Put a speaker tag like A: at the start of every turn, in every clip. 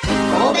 A: 神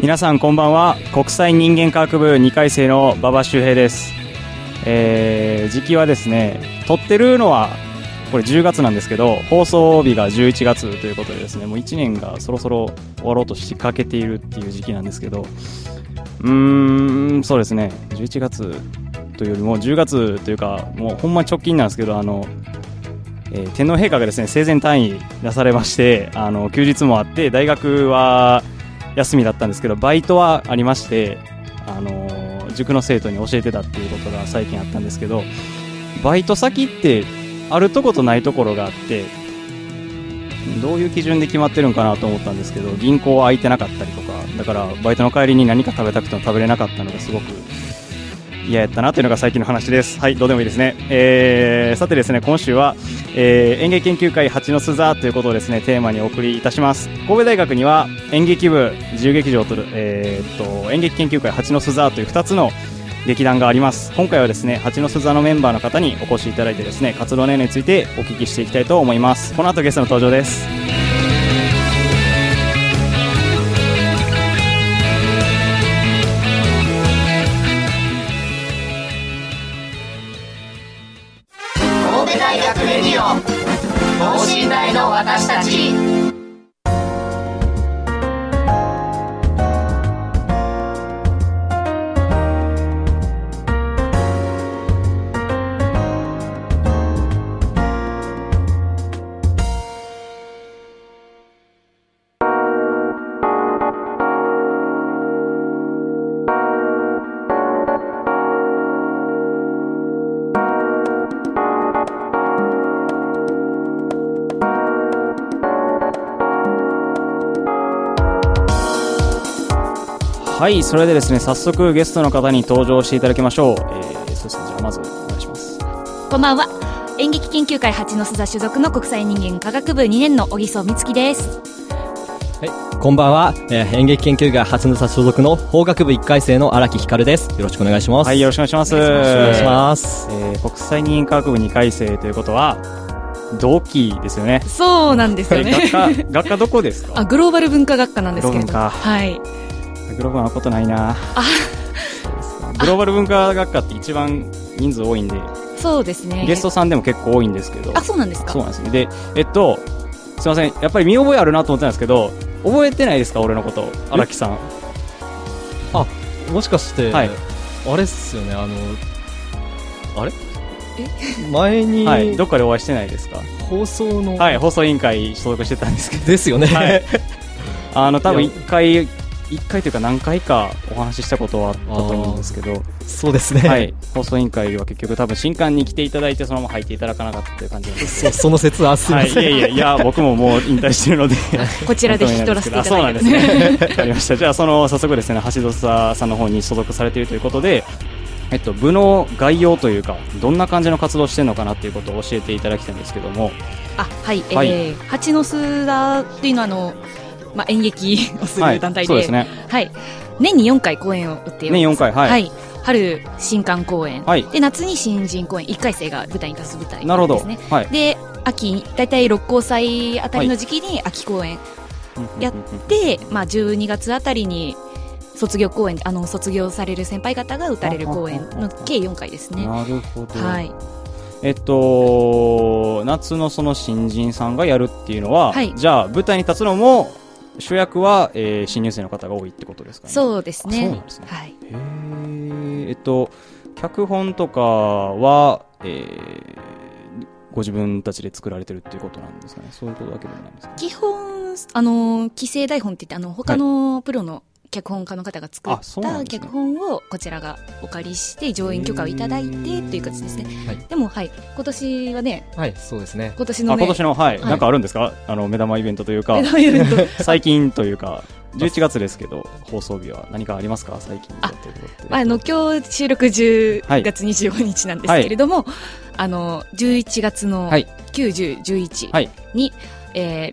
B: 皆さんこんばんは国際人間科学部2回生の馬場周平ですえー、時期はですね撮ってるのはこれ10月なんですけど放送日が11月ということでですねもう1年がそろそろ終わろうとしかけているっていう時期なんですけどうーんそうですね11月というよりも10月というかもうほんま直近なんですけどあのえー天皇陛下がですね生前単位出されましてあの休日もあって大学は休みだったんですけどバイトはありまして、あのー塾の生徒に教えてたっていうことが最近あったんですけどバイト先ってあるとことないところがあってどういう基準で決まってるんかなと思ったんですけど銀行は空いてなかったりとかだからバイトの帰りに何か食べたくても食べれなかったのがすごく嫌やったなというのが最近の話です。はい、どうでもいいですね。えーさてですね、今週は、えー、演芸研究会蜂の巣座ということをですね、テーマにお送りいたします。神戸大学には演劇部、自由劇場と、えーっと、演劇研究会蜂の巣座という2つの劇団があります。今回はですね、蜂の巣座のメンバーの方にお越しいただいてですね、活動内容についてお聞きしていきたいと思います。この後ゲストの登場です。
A: 神戸大学レディオ等身大の私たち
B: はい、それでですね、早速ゲストの方に登場していただきましょう。えー、そうですね、じゃあまずお願いします。
C: こんばんは。演劇研究会八の巣座所属の国際人間科学部2年の小木曽美月です。
D: こんばんは、えー演劇研究会初の所属の法学部1回生の荒木ひかるです。よろしくお願いします。
B: はい、よろしくお願いします。お願
D: お願いします。
B: えー国際認可学部2回生ということは同期ですよね。
C: そうなんですよね。
B: 学科学科どこです
C: あ、
B: か？
C: グローバル文化学科なんですけれ
B: グ
C: ど。
B: ローバル文化
C: はい。
B: グローバルなことないな。グローバル文化学科って一番人数多いんで、
C: そうですね。
B: ゲストさんでも結構多いんですけど。
C: あ、そうなんですか
B: そうなんですね。で、えっとすいません、やっぱり見覚えあるなと思ってたんですけど、覚えてないですか俺のこと荒木さん。
D: もしかして、
B: はい
D: あれっすよね、あの、あれ前に、
B: はい、どっかでお会いしてないですか？
D: 放送の、
B: はい、放送委員会所属してたんですけど、
D: ですよね。
B: はい あの多分
D: いや
B: 一回一回というか何回かお話ししたことはあったと思うんですけ ど。
D: そうですね。
B: はい、放送委員会は結局多分新刊に来ていただいてそのまま入っていただかなかったという感じなんです。
D: そその説はすい
B: は
D: ま
B: い、い
D: せん。
B: やいやいや僕ももう引退してるのでこ
C: こちらで引き取らせていただいて
B: そうなんですね。 わかりました。じゃあその早速ですね橋戸さんの方に所属されているということで。えっと、部の概要というか、どんな感じの活動をしてるのかなっていうことを教えていただきたいんですけども、
C: あ、はい。
B: はい
C: えー、八の巣座っていうのはあの、まあ、演劇をす
B: は
C: る
B: い、
C: 団体で、
B: そうですね。
C: はい。年に4回公演を打っています。
B: 年4回、はい。
C: はい。春、新刊公演。
B: はい
C: で、夏に新人公演。1回生が舞台に立つ舞台ですね。
B: なるほど。はい。
C: で秋大体六甲祭あたりの時期に秋公演やっで、まあ、12月あたりに卒業公演あの卒業される先輩方が打たれる公演の計4回ですね。
B: なるほど。
C: はい、
B: えっと、夏のその新人さんがやるっていうのは、
C: はい
B: じゃあ舞台に立つのも主役は、えー新入生の方が多いってことですかね。う
C: そうです
B: あそうな
C: ね
B: んですね
C: はい、
B: へーえっと、脚本とかは、えーご自分たちで作られてるっていうことなんですかね。そういうことだけでもないんですか、ね、
C: 基本、あの、既成台本って言って、あの、他のプロの脚本家の方が作
B: あ
C: っ
B: そうな
C: た
B: んですね
C: 脚本をこちらがお借りして、上演許可をいただいてという形ですね。
D: はい
C: でも、はい、今年はね、
D: はい、そうですね。
C: 今年
B: あ
C: のね、
B: 今年の、はい、
C: はい
B: なんかあるんですかあの、目玉イベントというか
C: メ、ダルイベント
B: 最近というか、11月ですけど、放送日は何かありますか最近やってることって
C: まあ、あの今日収録10月25日なんですけれども、あの11月の
D: はい
C: 9、10、11
B: はい
C: に、えー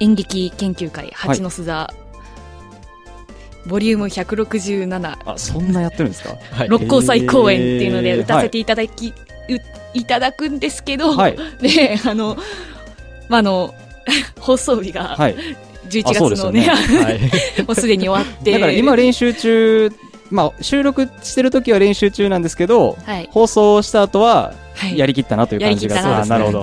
C: 演劇研究会蜂の巣座、ボリューム167
B: あ、そんなやってる んですか
D: はい。
C: 六甲祭公演っていうの
B: え
C: で
B: ー
C: 歌わせていただき、ういただくんですけど、
B: はい。
C: であの、まあ、あの 放送日が
B: はい。
C: 11
B: あそう
C: 月
B: ですよ
C: の
B: ね
C: ね、
D: はい。
C: もうすでに終わって
B: だから今練習中、まあ、収録してる時は練習中なんですけど、
C: はい
B: 放送した後は、
C: はい
B: やりきったなという感じが
C: やりきったな
B: あーなるほど。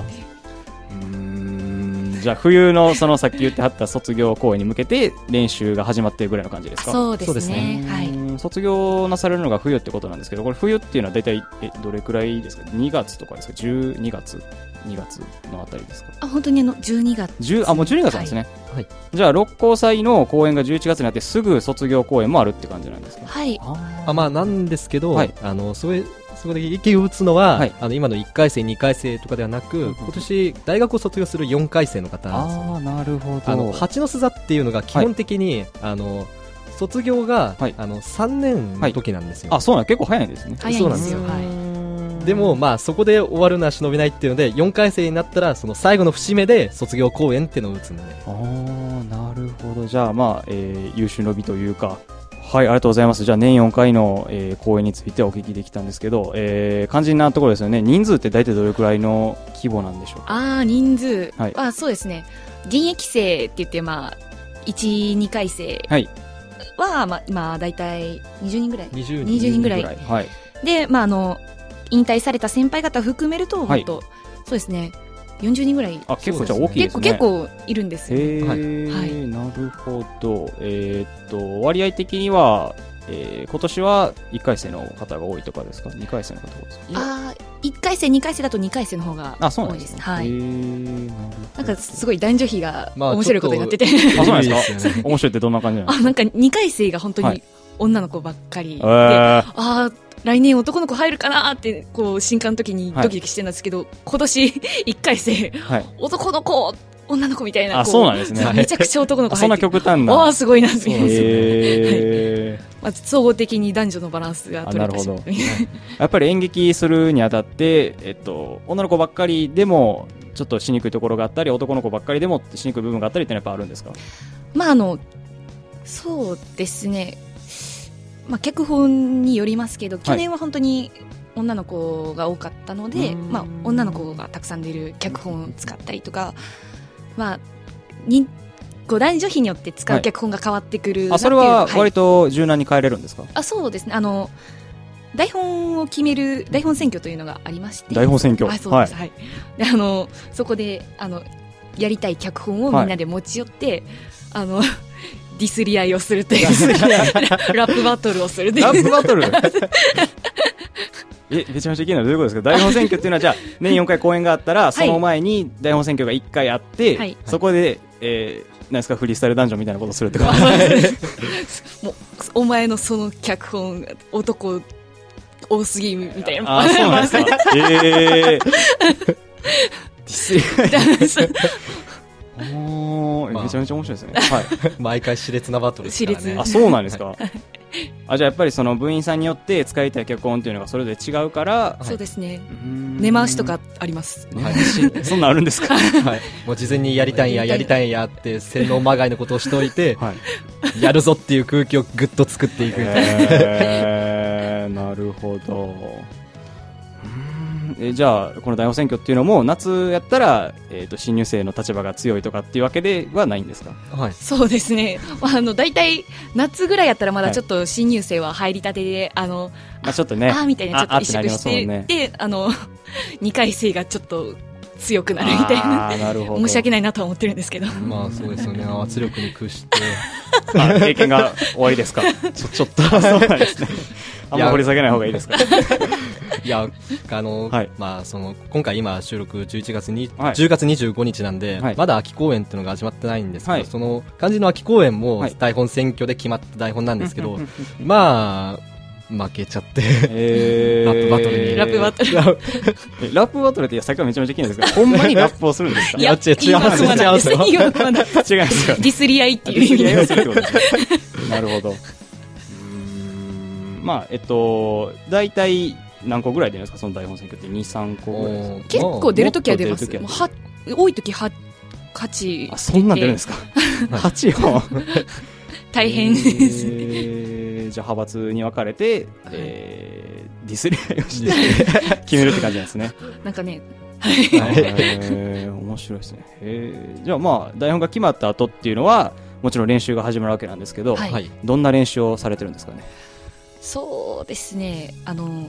B: うーんじゃあ冬のそのさっき言ってはった卒業公演に向けて練習が始まってるぐらいの感じですか
C: そうで
D: そうですす
C: ね
D: ね
C: はいう
B: ーん卒業なされるのが冬ってことなんですけどこれ冬っていうのは大体えどれくらいですか2月とかですか12月2月のあたりですか
C: あ本当にあの12月
B: 10あもう12月なんですね、
D: はいはい
B: じゃあ六甲祭の公演が11月になってすぐ卒業公演もあるって感じなんですか
C: はい
B: あ
D: あまあ、なんですけど、
B: はい
D: あの、それ、そこで意見を打つのは、
B: はい
D: あの、今の1回生、2回生とかではなく、
B: ん
D: 今年、大学を卒業する4回生の方なんですよ
B: あーなるほど
D: あの、蜂の巣座っていうのが基本的に、あの、卒業が、
B: はい
D: あの、3年の時なんですよ。
B: あそうなん結構早いんですね
C: 早いんで
D: そうなんです
C: すよ
D: よ
C: はい
D: でも、まあ、そこで終わるのは忍びないっていうので、4回生になったら、その最後の節目で卒業公演っていうのを打つので。
B: あーなるほどじゃあまあ、えー優秀の美というかはいありがとうございますじゃあ年4回の、えー公演についてお聞きできたんですけど、えー、肝心なところですよね人数って大体どれくらいの規模なんでしょうか
C: ああ人数
B: はい
C: はそうですね現役生って言ってまあ12回生
B: はい
C: はまあ今大体20人ぐらい
D: 20
C: 20人ぐらい
B: はい
C: でまああの引退された先輩方含めると
B: はい
C: 本当そうですね40人ぐらい
B: あ結構じゃあ
D: そうですね
B: 大きいで
C: 結
B: す
C: 構
B: ね
C: 結構いるんですよね
B: へえ、
C: はいは
B: なるほどえーっと割合的には、えー今年は1回生の方が多いとかですか2回生の方が多いですか
C: ああ1回生2回生だと2回生の方が
B: あそうな
C: 多
B: ん
C: い
B: で
C: ですす
B: ね
C: は
B: へ
C: い
B: ーなるほど
C: なんかすごい男女比が
D: まあ
C: 面白いことになってて
B: あそうなんですか
D: いいですよね
B: 面白いってどんな感じなんで
C: あ
B: す
C: なんか2回生が本当
B: は
C: に
B: い
C: 女の子ばっかりで
B: か
C: ああ、来年男の子入るかなーって、こう、新刊の時に
B: はい
C: ドキドキしてるんですけど、今年一回生、
B: えーはい
C: 男の子、女の子みたいな。
B: あ
C: こ
B: そうなんですね
C: めちゃくちゃ男の子
B: あそ
C: 入
B: ん
C: っ
B: な
C: てる。
B: 極端な
C: ああ、すごいな、みたいな
B: へー
C: まあ、総合的に男女のバランスが取れたし。
B: あなるほやっぱり演劇するにあたって、えっと、女の子ばっかりでもちょっとしにくいところがあったり男の子ばっかりでもしにくい部分があったりってのはやっぱあるんですか
C: まあ、あの、そうですね。まあ、脚本によりますけど、去年は本当に女の子が多かったので、
B: うん
C: まあ、女の子がたくさん出る脚本を使ったりとか、まあ、にこう男女比によって使
B: は
C: う
B: い
C: 脚本が変わってくるな
B: あ
C: ってい、
B: そうれはい割と柔軟に変えれるんですか、
C: あそうですねあの台本を決める台本選挙というのがありまして
B: 台本選挙
C: あそうです、はいであのそこであのやりたい脚本をみんなで持ち寄って、あの ディスり合いをするという ラップバトルをするとい
B: ラップ
C: う
B: バトル えめちゃめちゃいけないどういうことですか台本選挙っていうのはじゃあ年4回公演があったらその前に台本選挙が1回あって、
C: はい
B: そこで、えー、何ですかフリースタイルダンジョンみたいなことするってこと
C: もうお前のその脚本男多すぎみたいな
B: あそうなんですかええ おー
D: まあ
B: めちゃめちゃ面白いですね。はい。
D: 毎回熾烈なバトルですからね。
C: 熾烈
B: あ、そうなんですか。あ、じゃあやっぱりその部員さんによって使いたい脚本っていうのがそれぞれ違うから、
C: そうですね
B: 根
C: 根回しとか。あります
D: はい
B: そんなんあるんですか
D: はい、もう事前にやりたいんや、やりたいんやって、洗脳まがいのことをしといて、
B: はい。
D: やるぞっていう空気をぐっと作っていくみたいな。
B: えー、なるほど。うーんえじゃあ、この代表選挙っていうのも、夏やったら、えっ、と、新入生の立場が強いとかっていうわけではないんですか
D: はい。
C: そうですね、まあ、あの大体夏ぐらいやったらまだちょっと新入生は入りたてで、あの
B: まあちょっとね。
C: あーみたいなちょっと
B: あ
C: 萎縮し
B: あ
C: て
B: ってなりますもんね
C: であの 2回生がちょっと強くなるみたいな
B: あーなるほど。
C: 申し訳
B: ない。
C: ないなとは思ってるんですけど
D: まあそうですよね、圧力に屈して、
B: 経験が終わりですか
D: ちょ、ちょっと、
B: そうなんですね。あんま掘り下げない方がいいですか
D: いや、あの、
B: はい
D: まあ、その、今回今収録11月に、
B: はい
D: 10月25日なんで、
B: はい
D: まだ秋公演っていうのが始まってないんですけど、
B: はい
D: その、肝心の秋公演も
B: はい
D: 台本選挙で決まった台本なんですけど、まあ、負けちゃ って、
B: え
D: ラップバトルに
C: ラップバトル。
B: えラップバトルっていやさっきからめちゃめちゃ気になるんですけ どほんまにラップをするんですか
D: いや違う違う
C: 今のはなんです
D: 違う違う
C: 今のはなんです
B: 違いますか
C: ディスり合いっていう意味
B: や
C: で。
B: りするってことですね なるほどうーんまあえっと大体何個ぐらい出るんですかその台本選挙って23個ぐらいですか
C: 結構出るときは出ま
B: もっ
C: す。
B: と出
C: もう
B: る時
C: は多いときは8
B: あそんなん出るんですか 八本
C: 大変です。
B: えーじゃあ派閥に分かれて、えーディスり合いをして 決めるって感じなんで すね
C: なんかね、
B: へー面白いですねへーじゃあまあ台本が決まった後っていうのはもちろん練習が始まるわけなんですけど、
C: はい
D: はい。
B: どんな練習をされてるんですかね
C: そうですね、あの、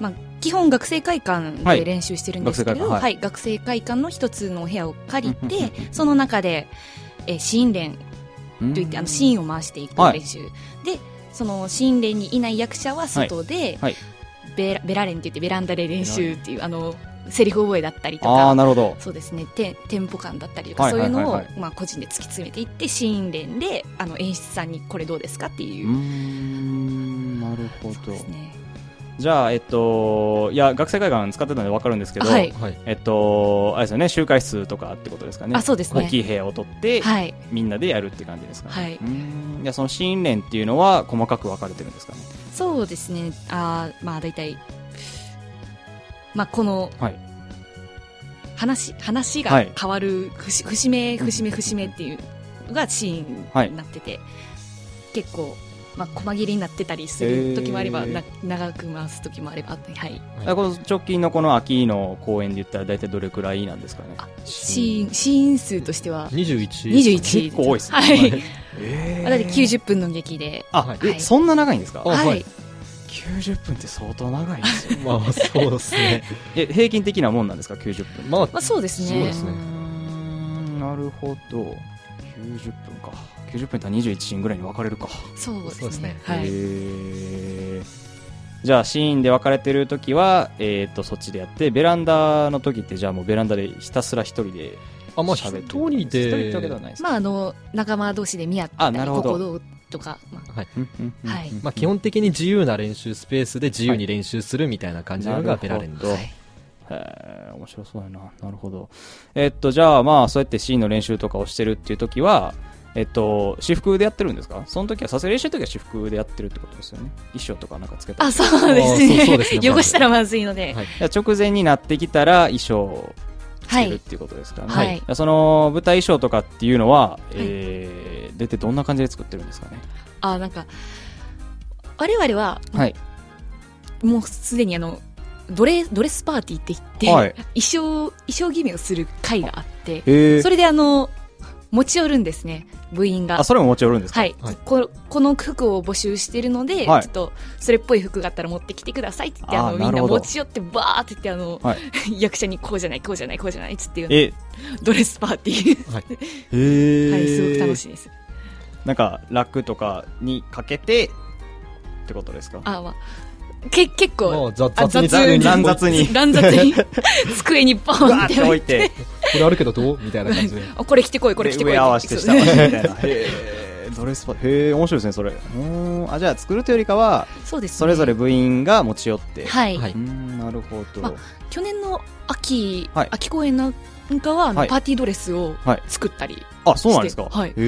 C: まあ、基本学生会館
B: はい
C: で練習してるんですけ
B: 学生
C: ど、
B: 会館はい
C: はい、学生会館の一つの部屋を借り
B: うんうん
C: て、その中で、えー、シーン練といって、あの、シーンを回していく
B: はい
C: 練習。で、そのシーン練にいない役者は外で、
B: はい
C: ベラベラレンって言ってベランダで練習っていう、あの、セリフ覚えだったりと
B: ああー
C: か、
B: なるほど
C: そうですねテンテンポ感だったりとか、
B: はいはいはいはい
C: そういうのを、まあ、個人で突き詰めていってシーン連であの演出さんにこれどうですかっていう
B: ー
C: う、
B: んなるほ
C: そう
B: ど
C: ですね
B: じゃあえっといや学生会館使ってたんで分かるんですけど、
C: はい
D: はい。
B: えっとあれですよね集会室とかってことですかね
C: あそうですね
B: 大きい部屋を取って、
C: はい
B: みんなでやるって感じですかね
C: はいう
B: ーんいやその新連っていうのは細かく分かれてるんですかね
C: そうですねあーまあ大体まあこの
B: はい
C: 話話
B: は
C: が
B: い
C: 変わる節節目節目節目っていうのがシーンになってて、結構まあ細切りになってたりする時もあれば、
B: へー
C: な長く回す時もあればはい
D: は
B: あ
D: い
B: この直近のこの秋の公演で言ったら大体どれくらいなんですかね
C: あシーンシーン数としては
D: 21。
C: 21
B: 結構多いですね
C: はい
B: え
C: だって90分の劇で、
B: あ、
D: はい
B: えそんな長いんですか、
D: あ
C: は
D: はいい、
B: 90分って相当長いですよ
D: まあ、そうです ね。
B: え平均的なもんなんですか90分
D: まあ
C: まあ、、そうです
D: そう
C: ね
D: ですね
B: うーんなるほど90分か90分と21シーンぐらいに分かれるか
C: そうですね
D: そうですね
C: は
B: へ
C: い、
B: ーじゃあシーンで分かれてる時は、えー、とそっちでやってベランダの時ってじゃあもうベランダでひたすら一人で
D: あまあ、一
B: 喋ってる
D: 人
B: 一人ってわけでは
D: で、
B: ないですか、
C: まああの仲間同士で見合った
B: あな
C: り
B: るほ
C: こ
B: ど
C: こどうとか、まあ、
B: うんうんうん
C: はい
D: まあ、基本的に自由な練習スペースで自由に練習するみたいな感じのがベラレン
B: な
D: で
B: るほど
D: す。
C: い
B: へー面白そうやななるほどえっとじゃあまあそうやってシーンの練習とかをしてるっていう時はえっと私服でやってるんですかその時はさすが練習の時は私服でやってるってことですよね衣装とかなんかつけたり
C: あそうです
D: あ
C: ね
D: そうそうですね
C: 汚したらまずいので、
D: はい
B: いや直前になってきたら衣装を着
C: は
B: てるっ
C: い、
B: ていうことですからね、
C: はい
B: やその舞台衣装とかっていうのは、えー、出てどんな感じで作ってるんですかね
C: あなんか我々は
B: はい
C: もうすでにあのドレドレスパーティーって言って、
B: はい
C: 衣装衣装決めをする会があって
B: へえ
C: それであの持ち寄るんですね部員が
B: あそれも持ち寄るんですか、
C: はい、
D: はい
C: ここの服を募集してるので、
B: はい
C: ちょっとそれっぽい服があったら持ってきてくださいって言ってあ
B: あ
C: の
B: ー
C: みん
B: なる
C: な
B: ほど
C: 持ち寄ってバーって言ってあの、
B: は
C: 役者にこうじゃないこうじゃないこうじゃないっつっていう
B: え
C: ドレスパーティ ー、
D: はい
B: へー
C: はい、すごく楽しいです
B: なんかラックとかにかけてってことですか
C: あー、まあ、け結
D: ま
C: 構
D: あ雑
C: あ
D: 雑に
C: 雑に
B: 乱雑に
C: 乱雑に 机にバ
B: う
C: ーン
B: わ
C: っ
B: ーって
C: て
B: 置
C: 置
B: い
C: い
B: て
C: て
D: これあるけどどうみたいな 感じで。
C: あこれ着て こいこれ着てこい
B: で上合わせて下
C: そう
B: 合わせてみたいなへえドレスパへえ面白いですねそれうーんあじゃあ作るというよりかは
C: そうですね
B: それぞれ部員が持ち寄って
C: はい、
D: はいう
B: ーんなるほど、
C: ま去年の秋、
B: はい
C: 秋公演なんかはあの
B: はい
C: パーティードレスを
B: はい
C: 作ったり、
B: あそうなんですか、
C: はい
B: へえ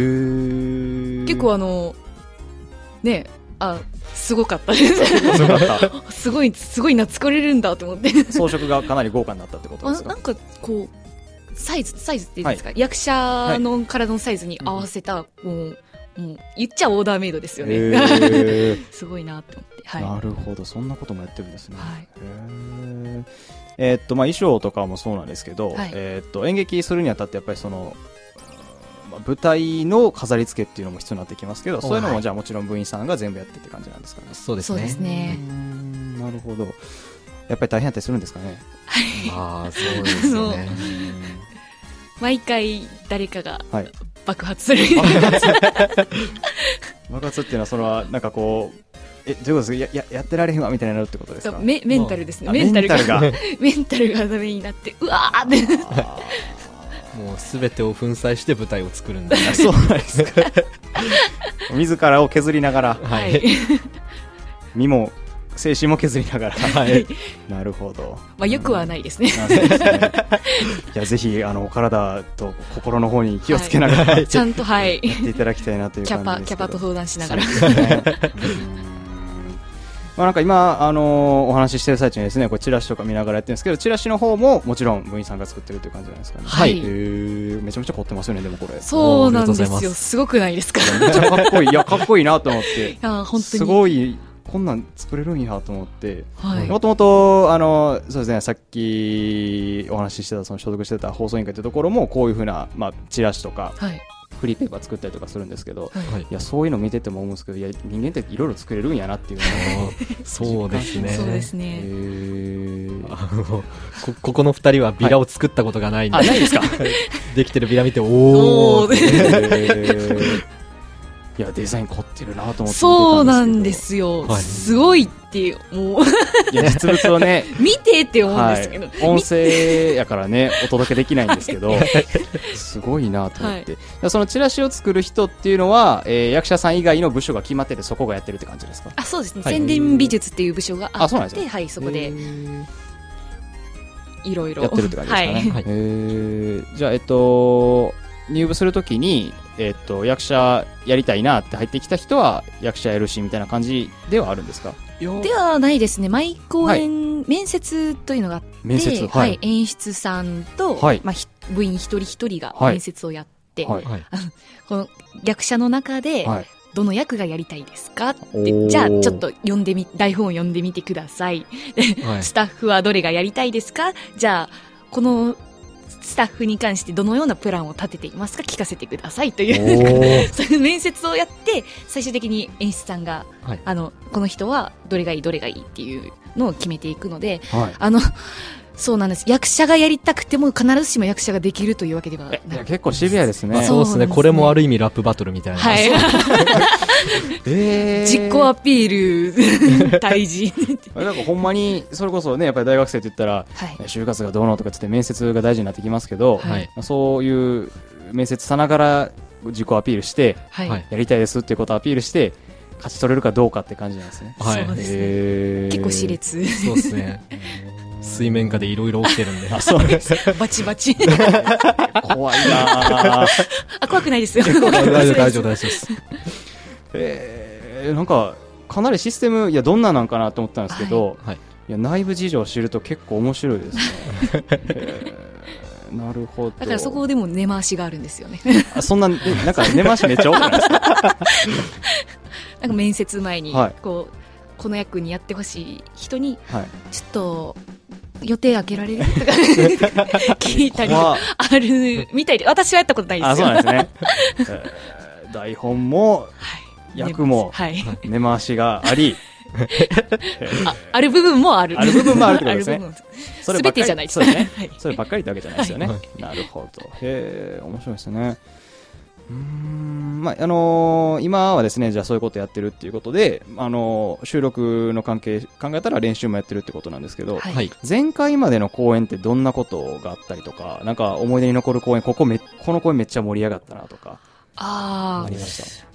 B: 結
C: 結構あのねあすごかったです
B: そうだった
C: すごいすごいな作れるんだと思って
B: 装飾がかなり豪華になったってこと
C: あ
B: です
C: な
B: か
C: んかこうサイズサイズっていうんですか、役者の体のサイズに合わせた、もうもう言っちゃオーダーメイドですよね、
B: へー
C: すごいなと思ってはい
B: なるほどそんなこともやってるんですね、
C: はい
B: へーえーっとまあ、衣装とかもそうなんですけど、
C: はい
B: えーっと演劇するにあたってやっぱりその、まあ、舞台の飾り付けっていうのも必要になってきますけどそういうの
D: は
B: も
D: い
B: じゃあもちろん部員さんが全部やってって感じなんですかね。
D: そうです
C: そう
D: ね。
C: ですね
B: うーんなるほどやっぱり大変だったりするんですかね。
D: まあ、そうですよね。
C: 毎回誰かが
B: はい、
C: 爆発する、
B: 爆発っていうのはそれはなんかこうえどういうことですかやややってられへんわみたいになるってことですか
C: メメンタルですね
B: あ
C: メンタルが
B: メンタルが
C: メンタルがダメになってうわーって
E: もう全てを粉砕して舞台を 作るんだ
B: あそうなんですか自らを削りながら
E: は
C: はい
E: い、
B: 身も精神も削りながら、
E: い
B: なるほど
C: まあよくはないですね
B: なるほどで すねいやぜひあのお体と心の方に気をつけながら、やっ
C: ちゃんとはい
B: ていただきたいなという
C: キャ
B: 感
C: パ
B: じです
C: キ
B: け
C: ャパ
B: ど
C: と相談しながら
B: そうですねうん まあなんか今、あのお話ししてる最中にですねこうチラシとか見ながらやってるんですけどチラシの方ももちろん部員さんが作ってるという感じなんですかね
C: はい
B: へーめちゃめちゃ凝ってますよねでもこれ
C: そうなんで
E: ありがとうご
C: す
E: ざい
C: よ
E: ます
C: ごくないですかい
B: めっちゃかっこいいいやかっこいいなと 思って
C: や本当
B: す
C: に
B: ごいこんなん作れるんやと思って
C: はい
B: もともとあのそうですねさっきお話ししてたその所属してた放送委員会ってところもこういうふうな、まあ、チラシとか
C: はい
B: フリーペーパー作ったりとかするんですけど、
E: はい
B: いやそういうの見てても思うんですけどいや人間っていろいろ作れるんやなっていうのを
E: そうですね
C: そうです
B: へ
C: ね
B: ー
E: あのこここの二人はビラを作ったことがないんで、
B: あないですか
E: できてるビラ見ておお
C: おー
B: へーいやデザイン凝ってるな と思って見てたんですけど
C: そうなんですよ、
E: はい
C: すごいってもう
B: いや実物を ね
C: 見てって思うん
B: は
C: ですけど、
B: い、音声やからねお届けできないんですけ どすごいなと思って、そのチラシを作る人っていうのは、えー役者さん以外の部署が決まっててそこがやってるって感じですか
C: あそうですね、
E: はい
C: 宣伝美術っていう部署があ
B: あ
C: っ
B: そ
C: て
B: うなんですね
C: はい、そこ
B: へ
C: で
B: ー
C: いろいろ
B: やってるって感じですかね、
C: はい
E: はい
B: へーじゃあえっと入部するときに、えっと、役者やりたいなって入ってきた人は役者やるしみたいな感じではあるんですか
C: ではないですね毎公演、面接というのがあって
B: 面接
C: は
B: はいい、
C: 演出さんと、
B: はい
C: まあ、ひ部員一人一人が
B: はい
C: 面接をやって、
B: はい
E: はい
C: この役者の中で
B: はい
C: どの役がやりたいですかって、
B: おー
C: じゃあちょっと読んでみ台本を読んでみてください
E: はい
C: スタッフはどれがやりたいですかじゃあこのスタッフに関してどのようなプランを立てていますか聞かせてくださいという そういう面接をやって最終的に演出さんが、
E: はい
C: あのこの人はどれがいいどれがいいっていうのを決めていくので
B: はい
C: あのそうなんです役者がやりたくても必ずしも役者ができるというわけではない
B: いや結構シビアですね、
E: まあ、
C: そ
E: そう
C: な
E: う
C: んで
E: で
C: す
E: す
C: ね
E: ねこれもある意味ラップバトルみたいな、
C: はい、
B: えー
C: 実行アピ ール大事、
B: あれなんかほんまにそれこそねやっぱり大学生って言ったら
C: はい
B: えー就活がどうのとかっつって面接が大事になってきますけど、
C: はい
B: そういう面接さながら自己アピールして
C: はい
E: はい
B: やりたいですっていうことをアピールして勝ち取れるかどうかって感じなんですね。
E: はい
C: そうですね、
B: へー
C: 結構熾烈
E: そうです ね水面下でいろいろ起きてるんで
B: あそうです
C: バチバチ
B: 怖いなあ
C: あ怖くないですよ
E: 大丈夫大丈夫大丈夫です
B: えーなんかかなりシステムいやどんななんかなと思ったんですけど、
E: はいはい
B: や内部事情を知ると結構面白いですね。えーなるほど
C: だからそこでも根回しがあるんですよね
B: あそんなえなんか根回しめっちゃ多くないですか
C: なんか面接前に、
B: はい
C: こうこの役にやってほしい人に
B: はい
C: ちょっと予定開けられる とか聞いたり
B: 怖
C: あ
B: っ
C: るみたいで私はやったことないで
B: あ
C: す
B: そう
C: よ
B: なんですね、えー台本も
C: はい
B: 役も
C: はい、
B: 根回しがあり
C: あある部分もある
B: ある部分もあるってことですね
C: ある部分も
B: そればっか
C: 全て
B: り
C: じゃないです
B: そうですね、
C: はい
B: そればっかりってわけじゃないですよね、
E: はい
B: なるほどへえ面白いですねうーんまああのー今はですねじゃあそういうことやってるっていうことで、あのー収録の関係考えたら練習もやってるってことなんですけど、
C: はい
E: はい
B: 前回までの公演ってどんなことがあったりとかなんか思い出に残る公演ここめこの公演めっちゃ盛り上がったなとか
C: あ
B: あり
C: あ
B: ました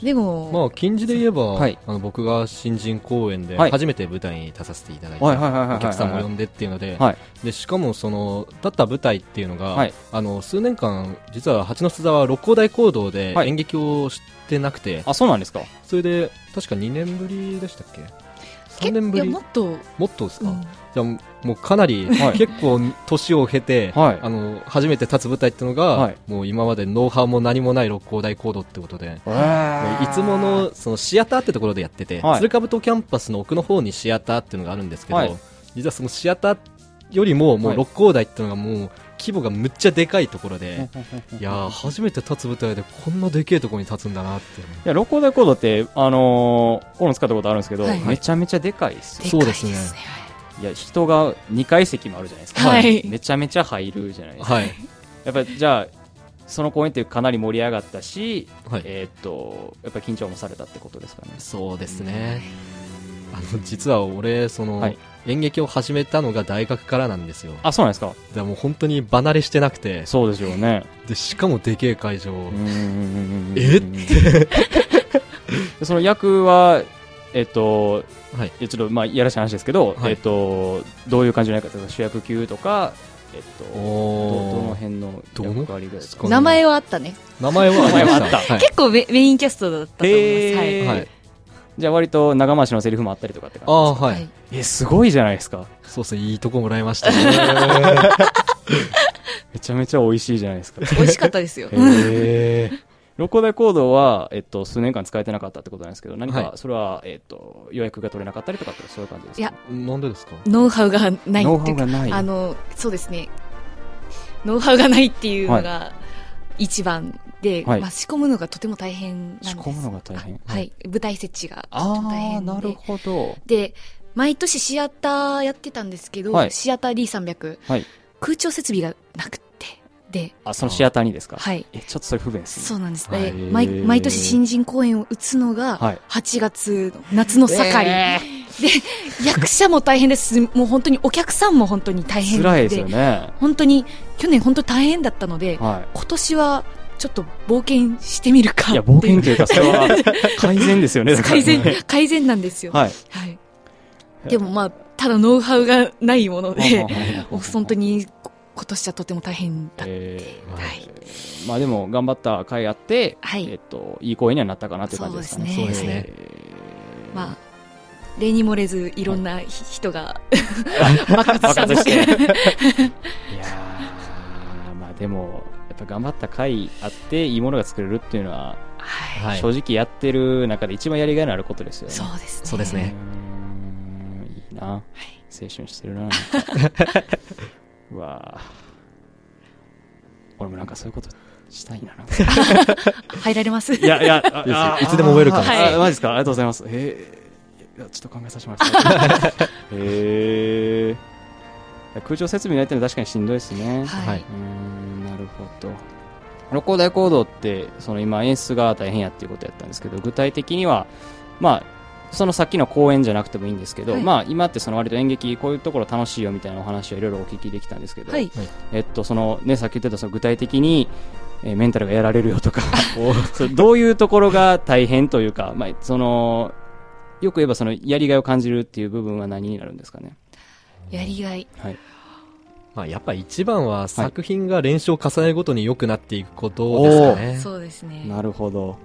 C: でも、
E: まあ近似で言えば、
B: はい
E: あの僕が新人公演で
B: はい
E: 初めて舞台に立たせていただいて、
B: はいはいはいはいはい
E: お客さんも呼んでっていうので,、
B: はい
E: でしかもその立った舞台っていうのが、
B: はい
E: あの数年間実は八の巣沢六甲大講堂で
B: はい
E: 演劇をしてなくて、
B: あそうなんですか
E: それで確か2年ぶりでしたっけ
C: け
E: 3年ぶ
C: い
E: り
C: やもっと、
E: もっとですか、
C: うん
E: じゃあもうかなり、
B: はい
E: 結構年を経て、
B: はい
E: あの初めて立つ舞台っていうのが、
B: はい
E: もう今までノウハウも何もない六甲大講堂ってことで
B: え
E: いつものそのシアターってところでやってて、
B: はい
E: 鶴兜キャンパスの奥の方にシアターっていうのがあるんですけど、
B: はい
E: 実はそのシアターよりもも
B: は
E: う
B: い
E: 六甲台っていうのがもう規模がむっちゃでかいところで、い、やー初めて立つ舞台でこんなでけえところに立つんだなって
B: いや、ロコダコードって、あのー、この使ったことあるんですけど、
C: はい
B: めちゃめちゃでかいですよ。
E: そうですね
C: でかいです
B: いや、人が2階席もあるじゃないですか。
C: はい
B: めちゃめちゃ入るじゃないですか。
E: はい
B: やっぱ、じゃあ、その公演ってかなり盛り上がったし、
E: はい
B: えーっとやっぱり緊張もされたってことですかね
E: そうですね、あの実は俺その、
B: はい
E: 演劇を始めたのが大学からなんですよ
B: あそうなんですか
E: でもう本当に離れしてなくて
B: そうですよね
E: でしかもでけえ会場、
B: え
E: え
B: って その役はえっと、
E: はい
B: えちょっとまあいやらしい話ですけど、
E: はい
B: えっとどういう感じの役ですか主役級とかえっとど
E: おー
B: どの辺の役割ぐらいですか
E: どの
C: 名前はあったね
E: 名前はありました
B: 名前はあった
E: はい
C: 結構メメインキャストだったと思います、
B: へー
C: はい
E: はい
B: じゃあ割と長回しのセリフもあったりとかって
E: あ
B: 感
E: あはい、
C: はい
B: じえすごいじゃないですか
E: そうですねいいとこもらいましたね
B: めちゃめちゃ美味しいじゃな いですか
C: 美味しかったです よ
B: へえ六甲台行動は、えっと、数年間使えてなかったってことなんですけど何か
E: は
B: それは、えっと、予約が取れなかったりとかってそういう感じですか
C: いや
E: なんでですか
C: ノウハウがない
B: ノウ
C: っ
B: ハ
C: てい
B: ウ
C: うか
B: がない
C: あのそうですねノウハウがないっていうのが一番で、
B: はい
C: まあ、仕込むのがとても大変なんです
B: 仕込むのが大変
C: あはい、舞台設置がと
B: あ
C: ても大
B: あ
C: 変で
B: なるほど
C: で毎年シアターやってたんですけど、
B: はい
C: シアター D300、
B: はい
C: 空調設備がなくってで
B: あそのシアターにですか
C: はい
B: えちょっとそれ不便です
C: そ
B: ね
C: うなんです
B: は
C: ね、
B: い
C: 毎毎年新人公演を打つの
B: は
C: が
B: い
C: 8月の夏の盛り、
B: え
C: で役者も大変ですしもう本当にお客さんも本当に大変で
B: 辛いですよね
C: 本当に去年本当大変だったので、
B: は
C: 今年はちょっと冒険してみるか
B: いいや冒険
C: っ
B: というかそれは 改善ですよ
C: てい
B: ね
C: う
B: だから
C: 改
B: ね
C: 善改善なんですよ、
B: はい
C: はい、でもまあただノウハウがないものでもう本当
B: に
C: にこ今年はとても大変だ、
B: えー
C: はい
B: まあでも頑張った甲斐あって
C: はい
B: えっといい声にはなったかなという感じですかね
C: そうですね
B: えー
C: まあ例に漏れずいろんなひ人が爆 発したんですけ
B: 爆
C: ど
B: いやーまあでもやっぱ頑張った甲斐あっていいものが作れるっていうのは
C: はい
E: はい
B: 正直やってる中で一番やりがいのあることですよね
C: そうですね
E: そうですね
B: うーんいいな、青春してるななんか うわぁ俺もなんかそういうことしたいななんか
C: 入られます
B: いやいやあ
E: いいですよ
B: あ
E: いつでもウェルカム
B: あ
C: はい
B: あマジですかありがとうございますへえいやちょっと考えさせてもらいます へえ空調設備ないってのは確かにしんどいですね
C: は
E: はい
C: い、
B: うーんなるほど六甲台行動ってその今演出が大変やっていうことやったんですけど具体的にはまあそのさっきの公演じゃなくてもいいんですけど、
C: はい
B: まあ今ってその割と演劇こういうところ楽しいよみたいなお話はいろいろお聞きできたんですけど、
C: はい
B: えっとそのねさっき言ってたその具体的に、えーメンタルがやられるよとかそうどういうところが大変というか、まあ、そのよく言えばそのやりがいを感じるっていう部分は何になるんですかね。
C: やりがい
B: はい、
E: まあやっぱ一番は作品が練習を重ねるごとに良くなっていくこと
B: はい
E: です
B: お
E: か
B: ー
E: ね、
C: そうですね
B: なるほど、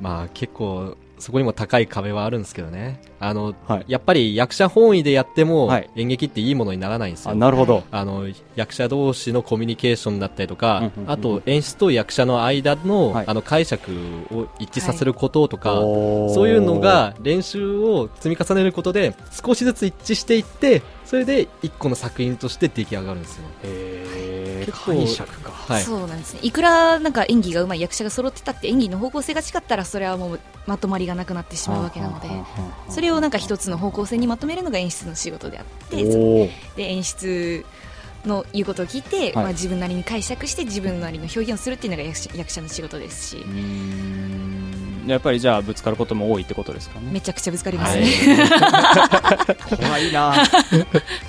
E: まあ結構そこにも高い壁はあるんですけどねあの
B: はい、
E: やっぱり役者本位でやっても
B: はい
E: 演劇っていいものにならないんですよ、
B: あなるほど、
E: あの役者同士のコミュニケーションだったりとか、
B: うんうんうん
E: あと演出と役者の間の,、
B: はい
E: あの解釈を一致させることとか、
B: おー
E: そういうのが練習を積み重ねることで少しずつ一致していってそれで一個の作品として出来上がるんですよ、
B: へ
E: 結構
B: か
E: はい、
C: そうなんですねいくらなんか演技がうまい役者が揃ってたって演技の方向性が違ったらそれはもうまとまりがなくなってしまうわけなのでそれをなんか一つの方向性にまとめるのが演出の仕事であってそ
B: おー
C: で演出の言うことを聞いて、まあ、自分なりに解釈して自分なりの表現をするっていうのが役者役者の仕事ですし
B: うーんやっぱりじゃあぶつかることも多いってことですかね
C: めちゃくちゃぶつかります
B: は
C: ね、
B: い怖いな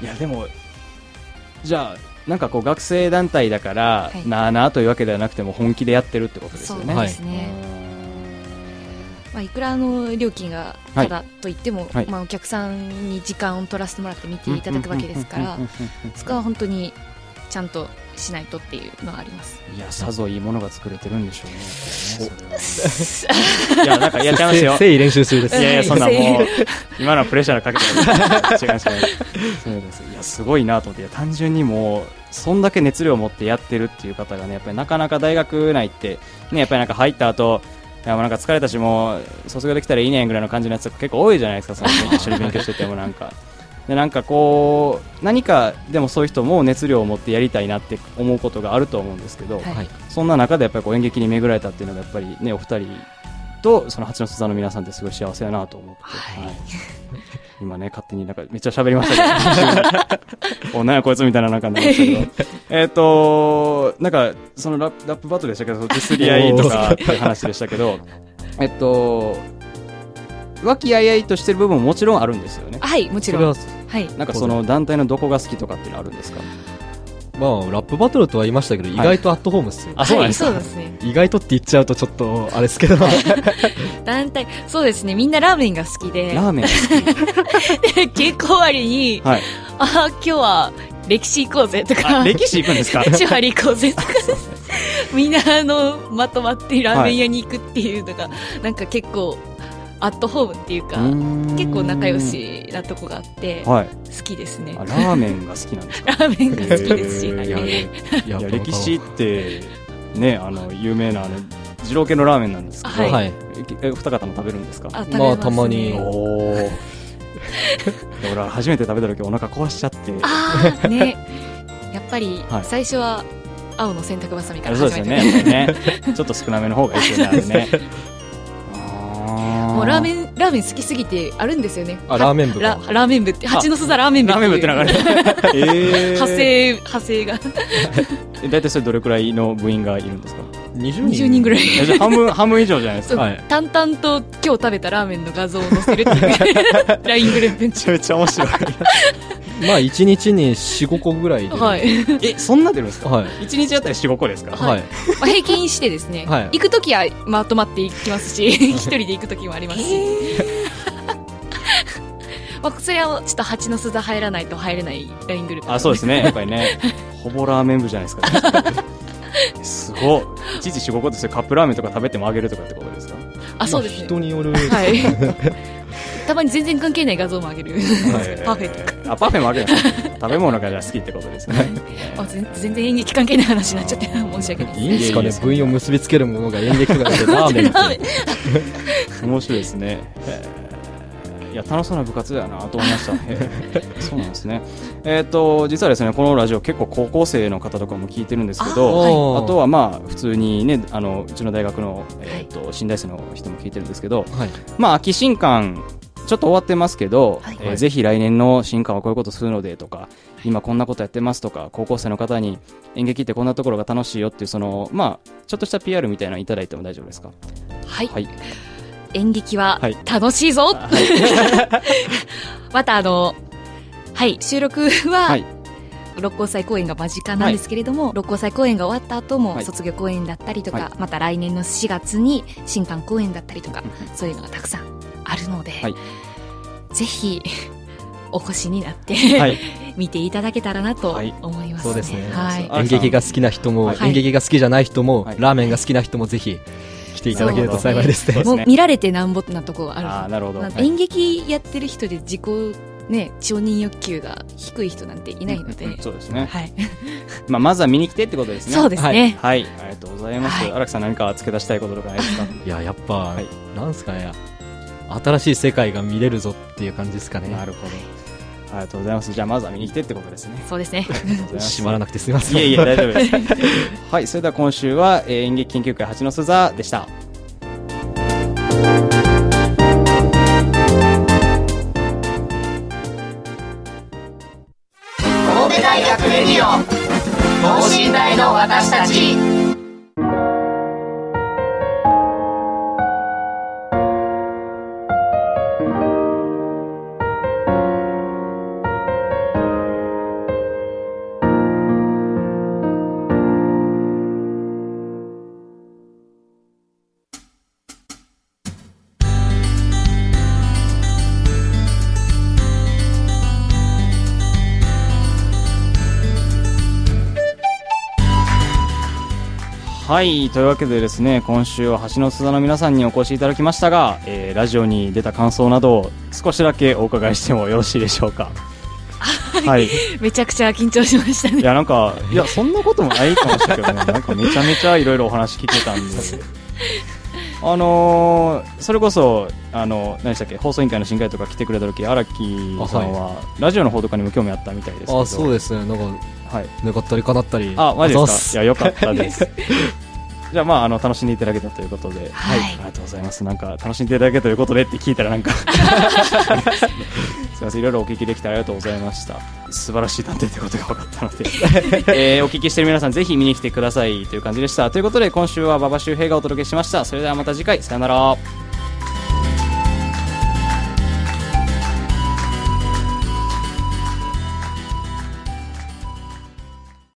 B: いやでもじゃあなんかこう学生団体だから、
C: はい
B: なあなあというわけではなくても本気でやってるってことです
C: そ
B: よ
C: う
B: ね
C: ですね、まあ、いくらあの料金が
B: は
C: た
B: い
C: だと言っても、
B: はい
C: まあ、お客さんに時間を取らせてもらって見ていただくわけですか
B: う
C: ら
B: んうんうんうんうん
C: そこは本当にちゃんとしないとっていうのはあります
B: いやさぞいいものが作れてるんでしょうね
C: そ
B: それはねいやなんかやっちゃ いますよ
E: 誠意練習中です
B: いやいや、そんな
C: はい
B: も う、今のはプレッシャーのかけてる違う違う。そうです。いや、すごいなと思って、いや単純にもう、そんだけ熱量を持ってやってるっていう方がね、やっぱりなかなか大学内って、ね、やっぱりなんか入った後、いやもうなんか疲れたし、もう卒業できたらいいねんぐらいの感じのやつ結構多いじゃないですか、その 一緒に勉強しててもなんか。でなんかこう何かでもそういう人も熱量を持ってやりたいなって思うことがあると思うんですけど、
C: はい
E: はい
B: そんな中でやっぱりこう演劇に巡られたっていうのがやっぱりねお二人とその蜂の巣座の皆さんってすごい幸せだなと思って、
C: はい
B: 今ね勝手になんかめっちゃ喋りましたけ どおなんやこいつみたいななんかになりましたけどえっとなんかそのラップラップバトルでしたけどディスり合いとかっていう話でしたけどえっと和気あいあいとしてる部分ももちろんあるんですよね
C: はい、もち
E: そ
C: ろ
E: れ
C: ん。
E: は
C: はい。
B: なんかその団体のどこが好きとかっていうのあるんですか
E: まあラップバトルとは言いましたけど意外とアットホームっすよ、
B: あそうなん
C: はい、
B: です
C: そ
B: か
C: うですね。
E: 意外とって言っちゃうとちょっとあれですけど
C: 団体、そうですね。みんなラーメンが好きで、
B: ラーメンが
C: 結構割に、
B: 好きはい
C: ああ、今日は歴史行こうぜとか
B: あ、歴史行くん ですか
C: 手張り行こうぜとか、みんなあの、まとまってラーメン屋に行くっていうのが、なんか結構、アットホームっていうか、結
B: 結
C: 構仲良しなとこがあって、好
B: はい
C: きですね
B: あ。ラーメンが好きなんですか
C: ラーメンが好きですし、はい
E: いや いや
B: いや歴史ってねあの有名なあの二郎系のラーメンなんですけど、
C: はい
E: はい
B: えお二方も食べるんですか
C: あ、食べま
E: まあ
C: す、ね。
E: たまに
B: おお俺は初めて食べた時お腹壊しちゃって
C: ああ、 ね。やっぱり
B: はい、
C: 最初は、青の洗濯ばさみか
B: あ
C: ら
B: そうで
C: 始
B: す
C: め
B: よ
C: て、
B: ねやっぱりねちょっと少なめの方がいいですよねあれね あ
C: もうラーメ
B: ン
C: ン、ラーメン好きすぎてあるんですよね。
E: あラーメン部
C: ラ
E: が
C: ラーメン部って、蜂の巣座ラーメン部
B: ラーメン部って流れ
C: いう
B: え
C: 派生、派生が。
B: え大体それどれくらいの部員がいるんですか
E: 20
C: 20人ぐ らい。
B: えじゃあ半分半分以上じゃないです
C: そ
B: か
C: う
E: はい
C: 淡々と今日食べたラーメンの画像を載せるっていう LINE グループに
B: めちゃめちゃ面 白い
E: まあ1日に45個ぐらいで
C: はい、
B: えそんな出るんですか
E: はい
B: 一日あたり45個ですか
E: はい、
C: まあ平均してですね、
E: はい
C: 行くときはまとまっていきますし一人で行くときもありますし、 まあ、それはちょっと蜂の巣座入らないと入れない LINE グループ
B: あそうですすねやっぱり ねほぼラーメン部じゃないですかすごい一時45個ですよカップラーメンとか食べてもあげるとかってことですか
C: あそうですね
E: 人による、
C: はい たまに全然関係ない画像もあげるパフェとか
B: かあパフェもあげるんですね食べ物がじゃあ好きってことですね
C: あ全全然演劇関係ない話になっちゃって申し訳ない
E: いいんですか
B: いやいや
E: ね
B: そんな
E: 分を結びつけるものが演劇とかでラーメンって
C: ラーメン
B: 面白いですねへーいや楽しそうな部活だよなと思いましたへーそうなんですねえっ、と実はですねこのラジオ結構高校生の方とかも聞いてるんですけど
C: はい
B: あと
E: は、
B: はまあ普通にねあのうちの大学の、えー、と新大生の人も聞いてるんですけど、
E: はい、
B: まあ、秋新刊ちょっと終わってますけど、
C: はい
B: えーぜひ来年の新刊はこういうことするのでとか、今こんなことやってますとか高校生の方に演劇ってこんなところが楽しいよっていうその、まあ、ちょっとした PR みたいなのいただいても大丈夫ですか、
C: はい
B: はい、
C: 演劇は
B: はい
C: 楽しいぞ、またあのはい収録
B: は
C: はい六甲祭公演が間近なんですけれども、六甲祭公演が終わった後も
B: はい
C: 卒業公演だったりとか、
B: は
C: また来年の4月に新刊公演だったりとか、
B: うん
C: そういうのがたくさんあるので、
B: はい
C: ぜひお越しになって、
B: はい、
C: 見ていただけたらなと
B: はい
C: 思いますね、
E: そうですね
C: はい
B: あ
E: 演劇が好きな人も、
B: はい
E: 演劇が好きじゃない人も、
B: はい
E: ラーメンが好きな人もぜひ来ていただけると幸いです
B: そ
E: ね
C: も
B: う
C: う
B: ですね
C: 見られてなんぼなとこがあるの
B: あ
C: で
B: ーなるほど、
C: まあ
B: はい
C: 演劇やってる人で自己ね承認欲求が低い人なんていないので、
B: うん そうですね、
C: はい、
B: まあ、まずは見に来てってことですね
C: そうですね、
B: はい、ありがとうございます、
C: はい
B: 荒木さん何か付け出したいこととかな いですか
E: いややっぱ、
B: はい
E: なんすかね新しい世界が見れるぞっていう感じですかね
B: なるほどありがとうございますじゃあまずは見に来てってことですね
C: そうですね
B: ありがとうございます
E: 閉まらなくてすみません
B: いえいえ、大丈夫です。 はい、それでは今週は、えー演劇研究会八の巣座でした。
A: 神戸大学レディオ等身大の私たち
B: はい、というわけでですね、今週は橋の巣座の皆さんにお越しいただきましたが、えーラジオに出た感想などを少しだけお伺いしてもよろしいでしょうか。はい、い
C: めちゃくちゃ緊張しましたね
B: や、なんか、いや、そんなこともないかもしれないけどね、 なんかめちゃめちゃいろいろお話聞けたんです。あのーそれこそ、あの何でしたっけ、放送委員会の新会とか来てくれた時荒木さんは、ラジオの方とかにも興味あったみたいですけど。
E: あそうですねなんか
B: はい
E: 願ったり叶ったり
B: あ、マジで
E: あ
B: す
E: ざ
B: か
E: っす
B: いや、よかったです。じゃあまああの楽しんでいただけたということで、
C: はい
B: ありがとうございます。なんか楽しんでいただけたということでって聞いたらなんかすみませんいろいろお聞きできてありがとうございました。素晴らしい探偵ということが分かったので、えーお聞きしている皆さんぜひ見に来てくださいという感じでした。ということで今週は馬場周平がお届けしました。それではまた次回さよなら。